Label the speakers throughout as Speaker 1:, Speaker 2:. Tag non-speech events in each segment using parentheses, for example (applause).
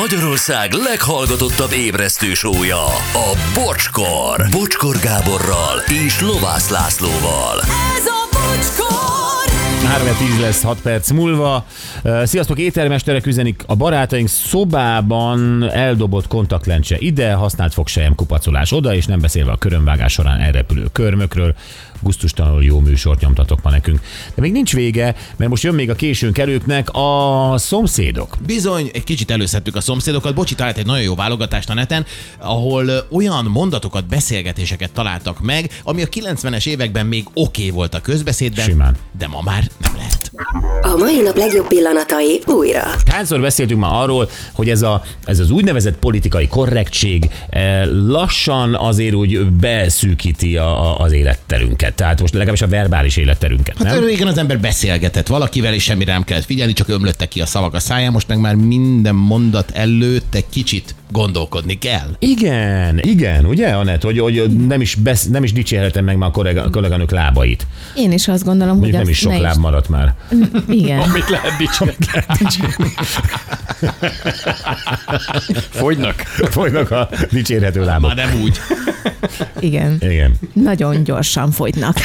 Speaker 1: Magyarország leghallgatottabb ébresztő sója, a Bocskor. Bocskor Gáborral és Lovász Lászlóval.
Speaker 2: Ez a bocskor!
Speaker 3: 3-10 lesz 6 perc múlva. Ö, Sziasztok, éttermesterek üzenik a barátaink szobában eldobott kontaktlencse ide, használt fogsejem kupacolás oda, és nem beszélve a körömvágás során elrepülő körmökről. Gusztustalanul jó műsort nyomtatok ma nekünk. De még nincs vége, mert most jön még a későn kerőknek a szomszédok.
Speaker 4: Bizony, egy kicsit előszedtük a szomszédokat. Bocsi, talált egy nagyon jó válogatást a neten, ahol ö, olyan mondatokat, beszélgetéseket találtak meg, ami a 90-es években még oké okay volt a közbeszédben,
Speaker 3: Simán.
Speaker 4: de ma már nem lehet.
Speaker 5: A mai nap legjobb pillanatai újra.
Speaker 3: Hányszor beszéltünk már arról, hogy ez, a, ez az úgynevezett politikai korrektség eh, lassan azért úgy beszűkíti a, a, az életterünket. Tehát most legalábbis a verbális életterünket,
Speaker 4: Hát
Speaker 3: nem?
Speaker 4: régen az ember beszélgetett valakivel, és semmire nem kellett figyelni, csak ömlöttek ki a szavak a száján, most meg már minden mondat előtt egy kicsit gondolkodni kell.
Speaker 3: Igen, igen, ugye, Anett, hogy, hogy nem, is besz, nem is dicsérhetem meg már a kollega, kolléganők lábait.
Speaker 6: Én is azt gondolom,
Speaker 3: Mondjuk
Speaker 6: hogy
Speaker 3: nem is
Speaker 6: azt
Speaker 3: sok
Speaker 6: ne
Speaker 3: láb maradt már.
Speaker 6: Igen.
Speaker 3: (laughs) Mit lehet dicsérni?
Speaker 7: Fogynak.
Speaker 3: Folynak a dicsérhető lábak.
Speaker 4: Már nem úgy.
Speaker 6: Igen.
Speaker 3: Igen.
Speaker 6: Nagyon gyorsan
Speaker 3: (laughs)
Speaker 6: fogynak.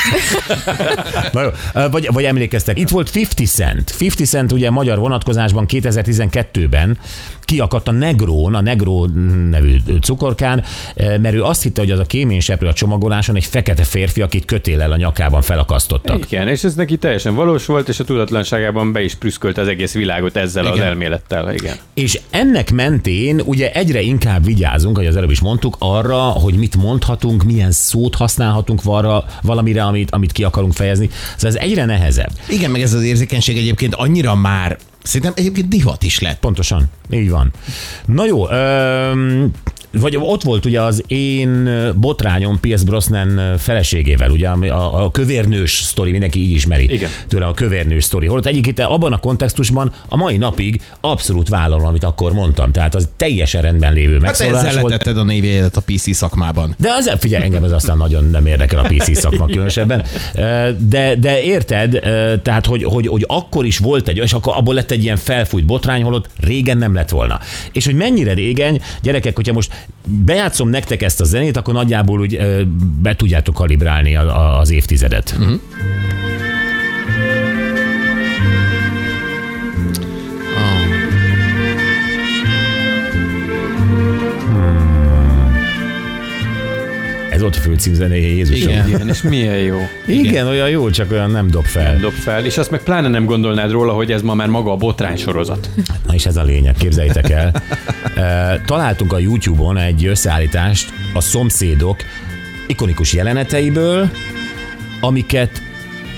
Speaker 3: Na jó. Ö, Vagy, vagy emlékeztek, itt volt 50 Cent. 50 Cent ugye magyar vonatkozásban 2012-ben kiakadt a Negrón, a Negró nevű cukorkán, ö, mert ő azt hitte, hogy az a kéményseprő a csomagoláson egy fekete férfi, akit kötéllel a nyakában felakasztottak.
Speaker 7: Igen, és ez neki teljesen valós volt, és a tudatlanságában be is prüszkölt az egész világot ezzel igen. az
Speaker 4: Igen.
Speaker 7: elmélettel. Igen.
Speaker 3: És ennek mentén ugye egyre inkább vigyázunk, ahogy az előbb is mondtuk, arra, hogy mit mondhatunk, milyen szót használhatunk arra, valamire, amit, amit ki akarunk fejezni. Szóval ez egyre nehezebb.
Speaker 4: Igen, meg ez az érzékenység egyébként annyira már, szerintem egyébként divat is lett.
Speaker 3: Pontosan, így van. Na jó, öm, vagy ott volt ugye az én botrányom P.S. Brosnan feleségével, ugye ami a, a kövérnős sztori, mindenki így ismeri
Speaker 7: Igen.
Speaker 3: tőle a kövérnős sztori. Holott egyébként abban a kontextusban a mai napig abszolút vállalom, amit akkor mondtam. Tehát az teljesen rendben lévő
Speaker 4: Hát te
Speaker 3: megszólás
Speaker 4: ezzel
Speaker 3: volt.
Speaker 4: letetted a névjegyedet a PC szakmában.
Speaker 3: De az, figyelj, engem ez aztán nagyon nem érdekel a PC szakma különösebben. Ö, De, de érted, ö, tehát, hogy, hogy, hogy akkor is volt egy, és akkor abból lett egy ilyen felfújt botrány, holott régen nem lett volna. És hogy mennyire régen, gyerekek, hogyha most bejátszom nektek ezt a zenét, akkor nagyjából úgy ö, be tudjátok kalibrálni a- a- az évtizedet. Uh-huh. Ez ott a főcímzenéje, Jézusom.
Speaker 4: Igen.
Speaker 7: Igen, és milyen jó.
Speaker 3: Igen, Igen, olyan jó, csak olyan nem dob fel.
Speaker 7: Dob fel, és azt meg pláne nem gondolnád róla, hogy ez ma már maga a botrány sorozat.
Speaker 3: Na és ez a lényeg, képzeljétek el. Ö, Találtunk a YouTube-on egy összeállítást a szomszédok ikonikus jeleneteiből, amiket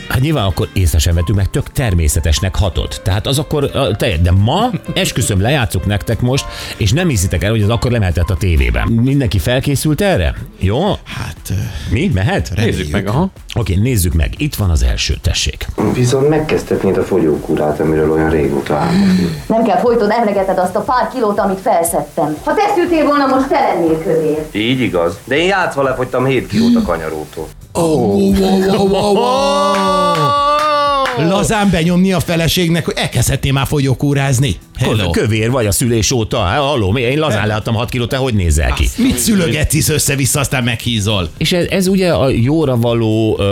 Speaker 3: Hát nyilván akkor észre sem vettük meg, tök természetesnek hatott. Tehát az akkor ö, teljes, de ma esküszöm lejátszuk nektek most, és nem hiszitek el, hogy az akkor lemehetett a tévében. Mindenki felkészült erre? Jó?
Speaker 4: Hát, ö,
Speaker 3: Mi? Mehet?
Speaker 7: Nézzük meg, aha.
Speaker 3: Oké, nézzük meg. Itt van az első, tessék.
Speaker 8: Viszont megkezdhetnéd a fogyókúrát, amiről olyan régóta álmodunk.
Speaker 9: Nem kell folyton emlegeted azt a pár kilót, amit felszedtem. Ha te szültél volna, most te lennél kövér.
Speaker 8: Így igaz, de én játszva lefogytam 7 kilót a kanyarótól.
Speaker 4: lazán benyomni a feleségnek, hogy elkezdhetné már fogyókúrázni. Hello.
Speaker 3: Kövér vagy a szülés óta. Há, Halló, mi- én lazán láttam 6 kilót, te hogy nézel ki?
Speaker 4: Mit szülögetsz össze-vissza, aztán meghízol?
Speaker 3: És ez, ez ugye a jóra való uh,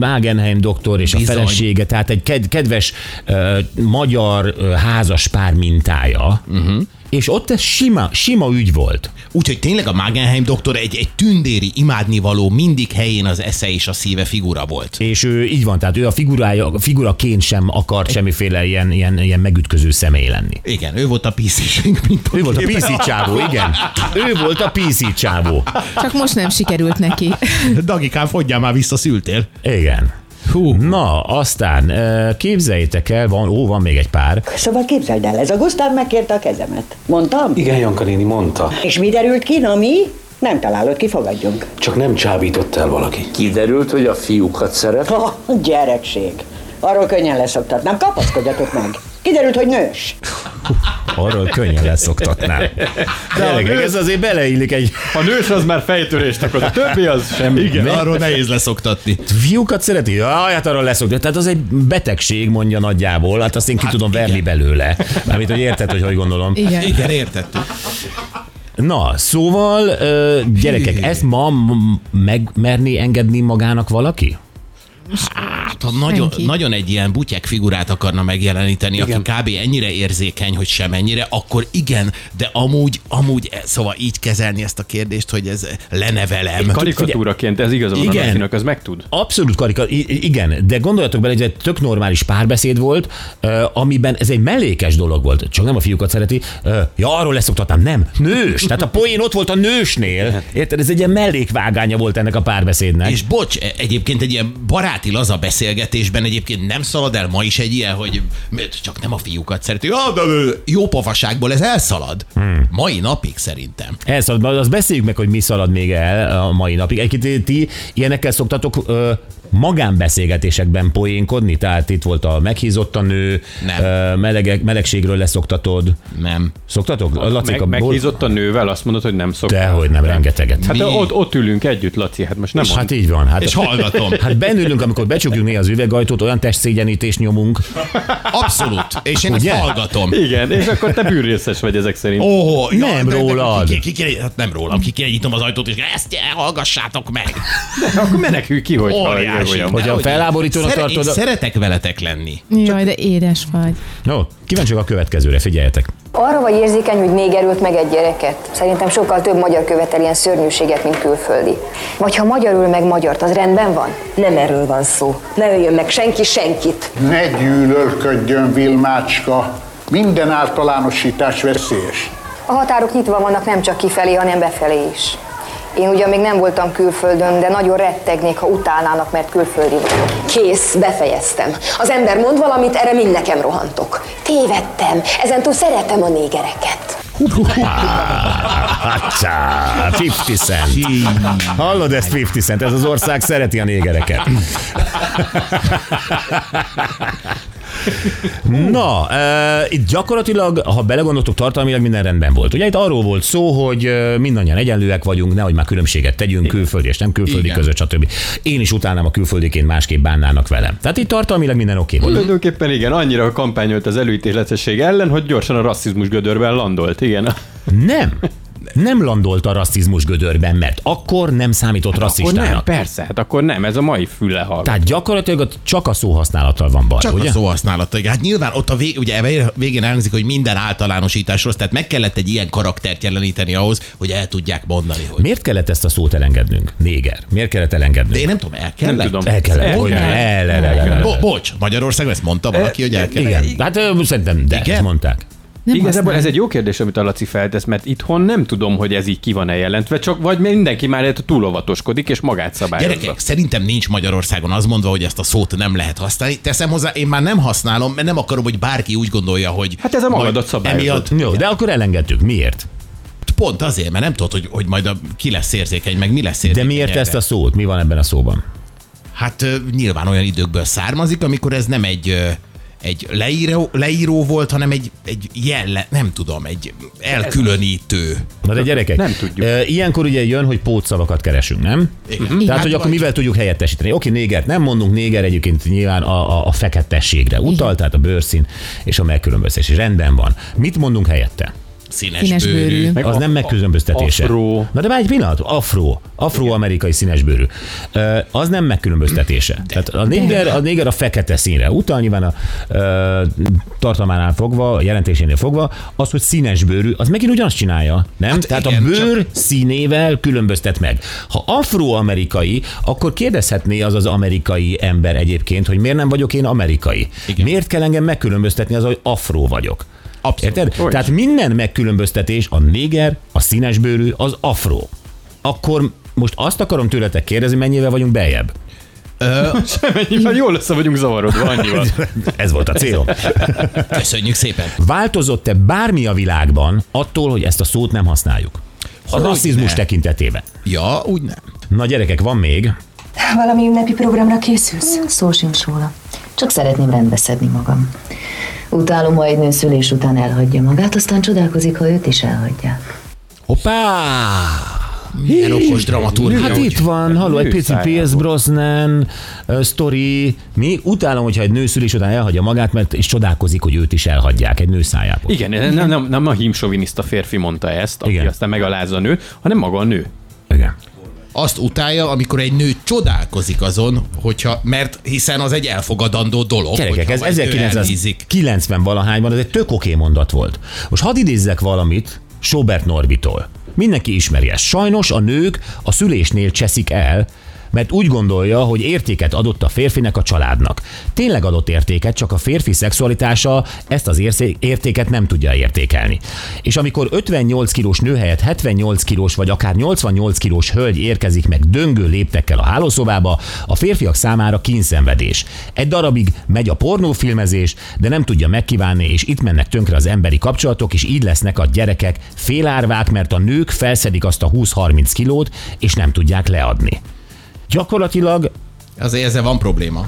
Speaker 3: Magenheim doktor és a
Speaker 4: Bizony.
Speaker 3: felesége, tehát egy ked- kedves uh, magyar uh, házas pár mintája.
Speaker 4: Mhm.
Speaker 3: Uh-huh. És ott ez sima, sima ügy volt.
Speaker 4: Úgyhogy tényleg a Magenheim doktor egy, egy tündéri imádnivaló, mindig helyén az esze és a szíve figura volt.
Speaker 3: És ő így van, tehát ő a figurája, figuraként sem akart semmiféle ilyen, ilyen, ilyen megütköző személy lenni.
Speaker 4: Igen, ő volt a piszisünk, mint
Speaker 3: Ő volt a PC csávó, igen. Ő volt a PC csávó.
Speaker 6: Csak most nem sikerült neki.
Speaker 4: Dagikám, fogyjál már vissza, szültél.
Speaker 3: Igen.
Speaker 4: Hú.
Speaker 3: Na, aztán ö, képzeljétek el, van, ó, van még egy pár.
Speaker 10: Szóval képzeld el, ez a Gusztáv megkérte a kezemet. Mondtam?
Speaker 8: Igen, Janka néni mondta,
Speaker 10: És mi derült ki, na mi? Nem találod, kifogadjunk.
Speaker 8: csak nem csábított el valaki. Kiderült, hogy a fiúkat szeret.
Speaker 10: Ha, gyerekség. Arról könnyen leszoktatnám. Kapaszkodjatok meg. Kiderült, hogy nős.
Speaker 3: Arról könnyen leszoktatnám. Tényleg,
Speaker 7: nő-
Speaker 3: ez azért beleillik egy...
Speaker 7: A nős az már fejtörést akar, a többi az semmi.
Speaker 4: Igen,
Speaker 7: Ne?
Speaker 4: arról nehéz leszoktatni.
Speaker 3: Fiúkat szereti? Jaj, hát arról leszoktatni. Tehát az egy betegség, mondja nagyjából. Hát azt én ki tudom verni belőle. Mármint, hogy érted, hogy hogy gondolom.
Speaker 6: Igen.
Speaker 4: Igen, értettük.
Speaker 3: Na, szóval, ö, gyerekek,
Speaker 4: Hű.
Speaker 3: ezt ma m- megmerni engedni magának valaki?
Speaker 4: Hát, ha nagyon,
Speaker 6: Senki.
Speaker 4: nagyon egy ilyen butyek figurát akarna megjeleníteni, igen. aki kb. ennyire érzékeny, hogy sem ennyire, akkor igen, de amúgy, amúgy, eh, szóval így kezelni ezt a kérdést, hogy ez lenevelem.
Speaker 7: Karikatúraként ez igaza van
Speaker 3: Igen.
Speaker 7: Igen. akinek, az meg tud.
Speaker 3: Abszolút karika, i- i- igen, de gondoljatok bele, hogy ez egy tök normális párbeszéd volt, ö, amiben ez egy mellékes dolog volt, csak nem a fiúkat szereti. Ö, Ja, arról leszoktatnám, nem, nős. Tehát a poén ott volt a nősnél. Érted, ez egy ilyen mellékvágánya volt ennek a párbeszédnek.
Speaker 4: Hát. És bocs, e- egyébként egy ilyen baráti laza beszélgetésben egyébként nem szalad el ma is egy ilyen, hogy miért csak nem a fiúkat szereti. Ja, de ő- Jó pofaságból ez elszalad. Hmm. Mai napig szerintem.
Speaker 3: Elszalad, azt beszéljük meg, hogy mi szalad még el a mai napig. Egyébként ti ilyenekkel szoktatok ö, magánbeszélgetésekben poénkodni? Tehát itt volt a meghízott a nő,
Speaker 4: Nem.
Speaker 3: Ö, melegek, melegségről leszoktatod.
Speaker 4: Nem.
Speaker 3: Szoktatok? Laci,
Speaker 7: Meg,
Speaker 3: a bor-
Speaker 7: meghízott a nővel, azt mondod, hogy nem szok.
Speaker 3: Dehogy nem, rengeteget.
Speaker 7: Hát
Speaker 4: Mi?
Speaker 7: ott, ott ülünk együtt, Laci, hát most nem
Speaker 3: És hát így van. Hát,
Speaker 4: És hallgatom.
Speaker 3: Hát bennülünk, amikor becsukjuk néha az üvegajtót, olyan testszégyenítést nyomunk.
Speaker 4: Abszolút. És én ezt
Speaker 3: Ugye?
Speaker 4: hallgatom.
Speaker 7: Igen, és akkor te bűnrészes vagy ezek szerint.
Speaker 4: Ó, oh,
Speaker 3: Nem rólad.
Speaker 4: Ki, ki, ki, hát nem rólam, kikirnyitom az ajtót, és ezt hallgassátok meg.
Speaker 7: Akkor menekülj ki, hogy
Speaker 4: Óriási.
Speaker 7: hallja,
Speaker 3: Hogyha
Speaker 4: Dehogy.
Speaker 3: felháborítónak
Speaker 4: Szere-
Speaker 3: tartod
Speaker 4: Én
Speaker 3: a-
Speaker 4: szeretek veletek lenni.
Speaker 6: Jaj, de édes vagy.
Speaker 3: No, kíváncsiak a következőre, figyeljetek.
Speaker 9: Arra vagy érzékeny, hogy még erült meg egy gyereket? Szerintem sokkal több magyar követel ilyen szörnyűséget, mint külföldi. Vagy ha magyar ül meg magyart, az rendben van?
Speaker 5: Nem erről van szó. Ne öljön meg senki senkit.
Speaker 11: Ne gyűlölködjön, Vilmácska! Minden általánosítás veszélyes.
Speaker 9: A határok nyitva vannak nem csak kifelé, hanem befelé is. Én ugyan még nem voltam külföldön, de nagyon rettegnék, ha utálnának, mert külföldi vagyok.
Speaker 5: Kész, befejeztem. Az ember mond valamit, erre mind nekem rohantok. Tévedtem. Ezentúl szeretem a négereket.
Speaker 3: Hacsá, 50 cent. Hallod ezt 50 cent? Ez az ország szereti a négereket. Na, e, itt gyakorlatilag, ha belegondoltok, tartalmilag minden rendben volt. Ugye itt arról volt szó, hogy e, mindannyian egyenlőek vagyunk, nehogy már különbséget tegyünk külföldi és nem külföldi
Speaker 4: Igen.
Speaker 3: között, stb. Én is utálnám a külföldiként másképp bánnának velem. Tehát itt tartalmilag minden oké volt.
Speaker 7: Tulajdonképpen igen, annyira kampányolt az előítéletesség ellen, hogy gyorsan a rasszizmus gödörben landolt, igen.
Speaker 3: Nem. Nem landolt a rasszizmus gödörben, mert akkor nem számított
Speaker 4: Hát
Speaker 7: Akkor
Speaker 3: rasszistának.
Speaker 7: nem, persze, hát akkor nem, ez a mai fülle hal.
Speaker 3: Tehát gyakorlatilag ott csak a szóhasználattal van baj,
Speaker 4: Csak
Speaker 3: ugye?
Speaker 4: a szóhasználata. Hát nyilván ott a vég, ugye végén elhangzik, hogy minden általánosítás rossz, tehát meg kellett egy ilyen karaktert jeleníteni ahhoz, hogy el tudják mondani, hogy...
Speaker 3: Miért kellett ezt a szót elengednünk? Néger. Miért kellett elengednünk?
Speaker 4: De én nem tudom, el kell.
Speaker 7: Nem tudom.
Speaker 3: El kellett.
Speaker 7: El
Speaker 3: Hogy ne?
Speaker 7: kellett.
Speaker 3: El, el, el, el,
Speaker 4: Bo-
Speaker 3: el.
Speaker 4: bocs, Magyarországon ezt
Speaker 7: E-
Speaker 4: mondta valaki, hogy el kell.
Speaker 3: Igen. Hát ö, szerintem de,
Speaker 4: Igen?
Speaker 3: ezt mondták.
Speaker 6: Nem
Speaker 7: Igazából
Speaker 6: használ.
Speaker 7: ez egy jó kérdés, amit a Laci feltesz, mert itthon nem tudom, hogy ez így ki van-e jelentve, csak vagy mindenki már ettől túlóvatoskodik, és magát szabályozza.
Speaker 4: Gyerekek, szerintem nincs Magyarországon az mondva, hogy ezt a szót nem lehet használni. Teszem hozzá, én már nem használom, mert nem akarom, hogy bárki úgy gondolja, hogy...
Speaker 7: Hát ez a
Speaker 4: majd
Speaker 7: magadat szabályozod.
Speaker 4: Emiatt
Speaker 7: (laughs)
Speaker 3: Jó, de akkor elengedtük. Miért?
Speaker 4: pont azért, mert nem tudod, hogy, hogy majd a, ki lesz érzékeny, meg mi lesz
Speaker 3: De
Speaker 4: érzékeny.
Speaker 3: miért
Speaker 4: erre.
Speaker 3: ezt a szót? Mi van ebben a szóban?
Speaker 4: Hát ö, nyilván olyan időkből származik, amikor ez nem egy ö, egy leíró, leíró volt, hanem egy, egy jelle, nem tudom, egy elkülönítő.
Speaker 3: Na de gyerekek,
Speaker 7: Nem tudjuk.
Speaker 3: ö, ilyenkor ugye jön, hogy pótszavakat keresünk, nem?
Speaker 4: Igen.
Speaker 3: Tehát, hogy
Speaker 4: Hát
Speaker 3: akkor
Speaker 4: vagy-
Speaker 3: mivel tudjuk helyettesíteni? Oké, négert nem mondunk, néger egyébként nyilván a, a, a feketességre utal, tehát a bőrszín és a megkülönböztetés. És Rendben van. Mit mondunk helyette?
Speaker 4: Színes,
Speaker 6: Színes
Speaker 4: bőrű.
Speaker 6: bőrű.
Speaker 7: Meg
Speaker 3: az
Speaker 7: a-
Speaker 3: nem megkülönböztetése.
Speaker 7: afró.
Speaker 3: Na de már egy pillanat, afro, afroamerikai színesbőrű. Ö, Az nem megkülönböztetése. Tehát a néger, a néger a fekete színre utal, nyilván a ö, tartalmánál fogva, a jelentésénél fogva, az, hogy színesbőrű, az megint ugyanazt csinálja, nem? Hát Tehát
Speaker 4: igen,
Speaker 3: a bőr színével különböztet meg. Ha afroamerikai, akkor kérdezhetné az az amerikai ember egyébként, hogy miért nem vagyok én amerikai?
Speaker 4: Igen.
Speaker 3: Miért kell engem megkülönböztetni az, hogy afro vagyok?
Speaker 4: Abszolút.
Speaker 3: Érted?
Speaker 7: Hogy?
Speaker 3: Tehát minden megkülönböztetés, a néger, a színesbőrű, az afro. Akkor most azt akarom tőletek kérdezni, mennyivel vagyunk beljebb?
Speaker 7: Semennyivel jól össze vagyunk zavarodva, annyival.
Speaker 3: (laughs) Ez volt a célom.
Speaker 4: Köszönjük szépen.
Speaker 3: Változott-e bármi a világban attól, hogy ezt a szót nem használjuk? A
Speaker 4: Hogyne.
Speaker 3: rasszizmus tekintetében.
Speaker 4: Ja, úgy nem.
Speaker 3: Na gyerekek, van még.
Speaker 9: Valami ünnepi programra készülsz? Szó sincs róla. Csak szeretném rendbeszedni magam.
Speaker 12: Utálom, ha egy nő szülés után elhagyja magát, aztán csodálkozik, ha őt is elhagyja.
Speaker 4: Hoppá! Milyen okos dramaturgia.
Speaker 3: Hát
Speaker 4: hogy-
Speaker 3: itt van, halló, egy pici
Speaker 4: Műszájából.
Speaker 3: Pierce Brosnan uh, sztori. Mi utálom, hogyha egy nő szülés után elhagyja magát, mert és csodálkozik, hogy őt is elhagyják egy nő szájából.
Speaker 7: (laughs) Igen, nem, nem, nem a hímsoviniszta férfi mondta ezt, aki Igen. aztán megalázza a nőt, hanem maga a nő.
Speaker 3: Igen.
Speaker 4: Azt utálja, amikor egy nő csodálkozik azon, hogyha, mert hiszen az egy elfogadandó dolog.
Speaker 3: Gyerekek,
Speaker 4: hogyha
Speaker 3: ez
Speaker 4: egy nő elhízik.
Speaker 3: 1990 valahányban, ez egy tök oké mondat volt. Most hadd idézzek valamit Sobert Norbitól. Mindenki ismeri ezt. Sajnos a nők a szülésnél cseszik el, mert úgy gondolja, hogy értéket adott a férfinek a családnak. Tényleg adott értéket, csak a férfi szexualitása ezt az érzé- értéket nem tudja értékelni. És amikor 58 kilós nő helyett 78 kilós vagy akár 88 kilós hölgy érkezik meg döngő léptekkel a hálószobába, a férfiak számára kínszenvedés. Egy darabig megy a pornófilmezés, de nem tudja megkívánni, és itt mennek tönkre az emberi kapcsolatok, és így lesznek a gyerekek félárvák, mert a nők felszedik azt a 20-30 kilót, és nem tudják leadni. Gyakorlatilag
Speaker 4: Azért ezzel van probléma.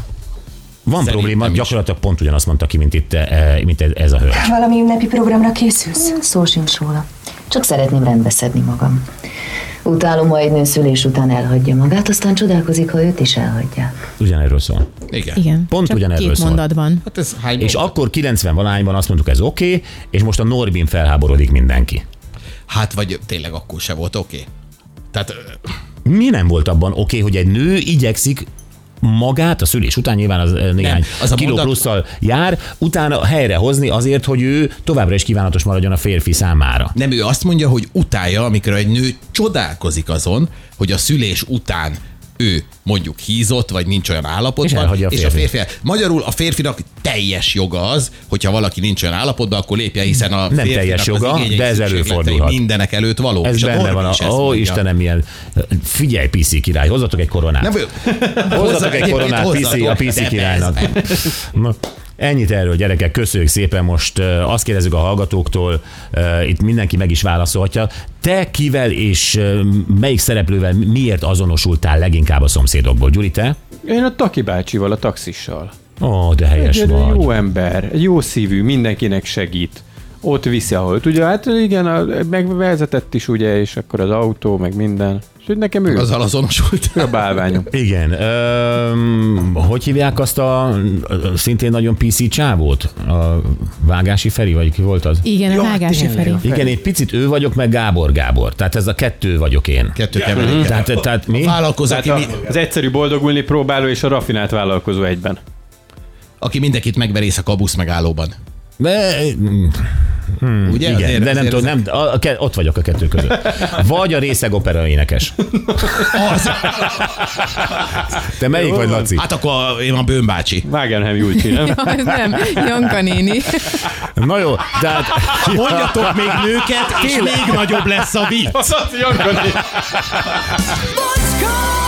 Speaker 3: van Szerintem probléma, is. gyakorlatilag pont ugyanazt mondta ki, mint, itt, eh, mint ez a hölgy.
Speaker 12: Valami ünnepi programra készülsz? Szó sincs róla. Csak szeretném rendbeszedni magam. Utálom, ha egy nő szülés után elhagyja magát, aztán csodálkozik, ha őt is elhagyják.
Speaker 3: Ugyanerről szól.
Speaker 4: Igen.
Speaker 6: Igen.
Speaker 3: Pont
Speaker 6: Csak
Speaker 3: ugyanerről
Speaker 6: két
Speaker 3: szól.
Speaker 6: mondatban.
Speaker 4: Hát ez hány
Speaker 3: És akkor 90 valányban azt mondtuk, ez oké, okay, és most a Norbin felháborodik mindenki.
Speaker 4: Hát vagy tényleg akkor se volt oké. Okay. Tehát ö,
Speaker 3: Mi nem volt abban oké, okay, hogy egy nő igyekszik magát a szülés után nyilván az eh, néhány nem,
Speaker 4: az
Speaker 3: az
Speaker 4: a
Speaker 3: a kiló
Speaker 4: mondat-
Speaker 3: plusszal jár, utána helyre hozni azért, hogy ő továbbra is kívánatos maradjon a férfi számára.
Speaker 4: nem ő azt mondja, hogy utálja, amikor egy nő csodálkozik azon, hogy a szülés után ő mondjuk hízott, vagy nincs olyan állapotban.
Speaker 3: És elhagyja a
Speaker 4: és a
Speaker 3: férfit.
Speaker 4: férfi. Magyarul a férfinak teljes joga az, hogyha valaki nincs olyan állapotban, akkor lépje, hiszen a
Speaker 3: Nem
Speaker 4: férfinak
Speaker 3: teljes
Speaker 4: az
Speaker 3: joga,
Speaker 4: igényei,
Speaker 3: de ez
Speaker 4: szükségletei
Speaker 3: előfordulhat.
Speaker 4: Mindenek előtt való.
Speaker 3: Ez
Speaker 4: És
Speaker 3: benne
Speaker 4: Norbi
Speaker 3: van,
Speaker 4: is ezt
Speaker 3: a, ó
Speaker 4: mondja.
Speaker 3: Istenem, ilyen, figyelj, piszi király, hozzatok egy koronát.
Speaker 4: Nem, ő- Hozzá-
Speaker 3: Hozzatok egy
Speaker 4: egyébként
Speaker 3: koronát
Speaker 4: hozzatok,
Speaker 3: piszi, a
Speaker 4: de
Speaker 3: piszi
Speaker 4: persze.
Speaker 3: királynak. Na, Ennyit erről, gyerekek, köszönjük szépen. Most ö, azt kérdezzük a hallgatóktól, ö, itt mindenki meg is válaszolhatja. Te kivel és ö, melyik szereplővel miért azonosultál leginkább a szomszédokból? Gyuri, te?
Speaker 7: Én a Taki bácsival, a taxissal.
Speaker 3: Ó, de
Speaker 7: Egy,
Speaker 3: helyes
Speaker 7: egy
Speaker 3: vagy.
Speaker 7: jó ember, egy jó szívű, mindenkinek segít. Ott viszi, ahol tudja. Hát igen, a, megvezetett is ugye, és akkor az autó, meg minden. És hogy nekem ő.
Speaker 4: Azzal azonosult.
Speaker 7: Ő a bálványom.
Speaker 3: Igen. Öm, hogy hívják azt a ö, szintén nagyon PC csávót? A Vágási Feri, vagy ki volt az?
Speaker 6: Igen, a vágási (laughs) felé.
Speaker 3: Igen, én picit ő vagyok, meg Gábor Gábor. Tehát ez a kettő vagyok én.
Speaker 4: Kettő keveréke.
Speaker 3: Tehát, tehát mi?
Speaker 4: Vállalkozó,
Speaker 7: Tehát
Speaker 4: aki,
Speaker 7: a,
Speaker 4: mi-
Speaker 7: az egyszerű boldogulni próbáló és a rafinált vállalkozó egyben.
Speaker 4: aki mindenkit megverész a kabusz megállóban.
Speaker 3: De, mm,
Speaker 4: Ugye?
Speaker 3: Hmm. igen,
Speaker 4: Azért-
Speaker 3: de nem
Speaker 4: azért
Speaker 3: tudom, nem, a, a, ke- ott vagyok a kettő között. Vagy a részeg opera énekes. Te melyik vagy, Laci?
Speaker 4: Hát akkor a- én a bőmbácsi.
Speaker 7: Wagenheim Júlcsi, nem?
Speaker 6: (laughs) Ja, ez nem, Janka néni.
Speaker 3: Na jó, tehát...
Speaker 4: Hát- Mondjatok még nőket, és még nagyobb lesz a vicc.
Speaker 7: Azt Jankoni.
Speaker 2: Bocskor!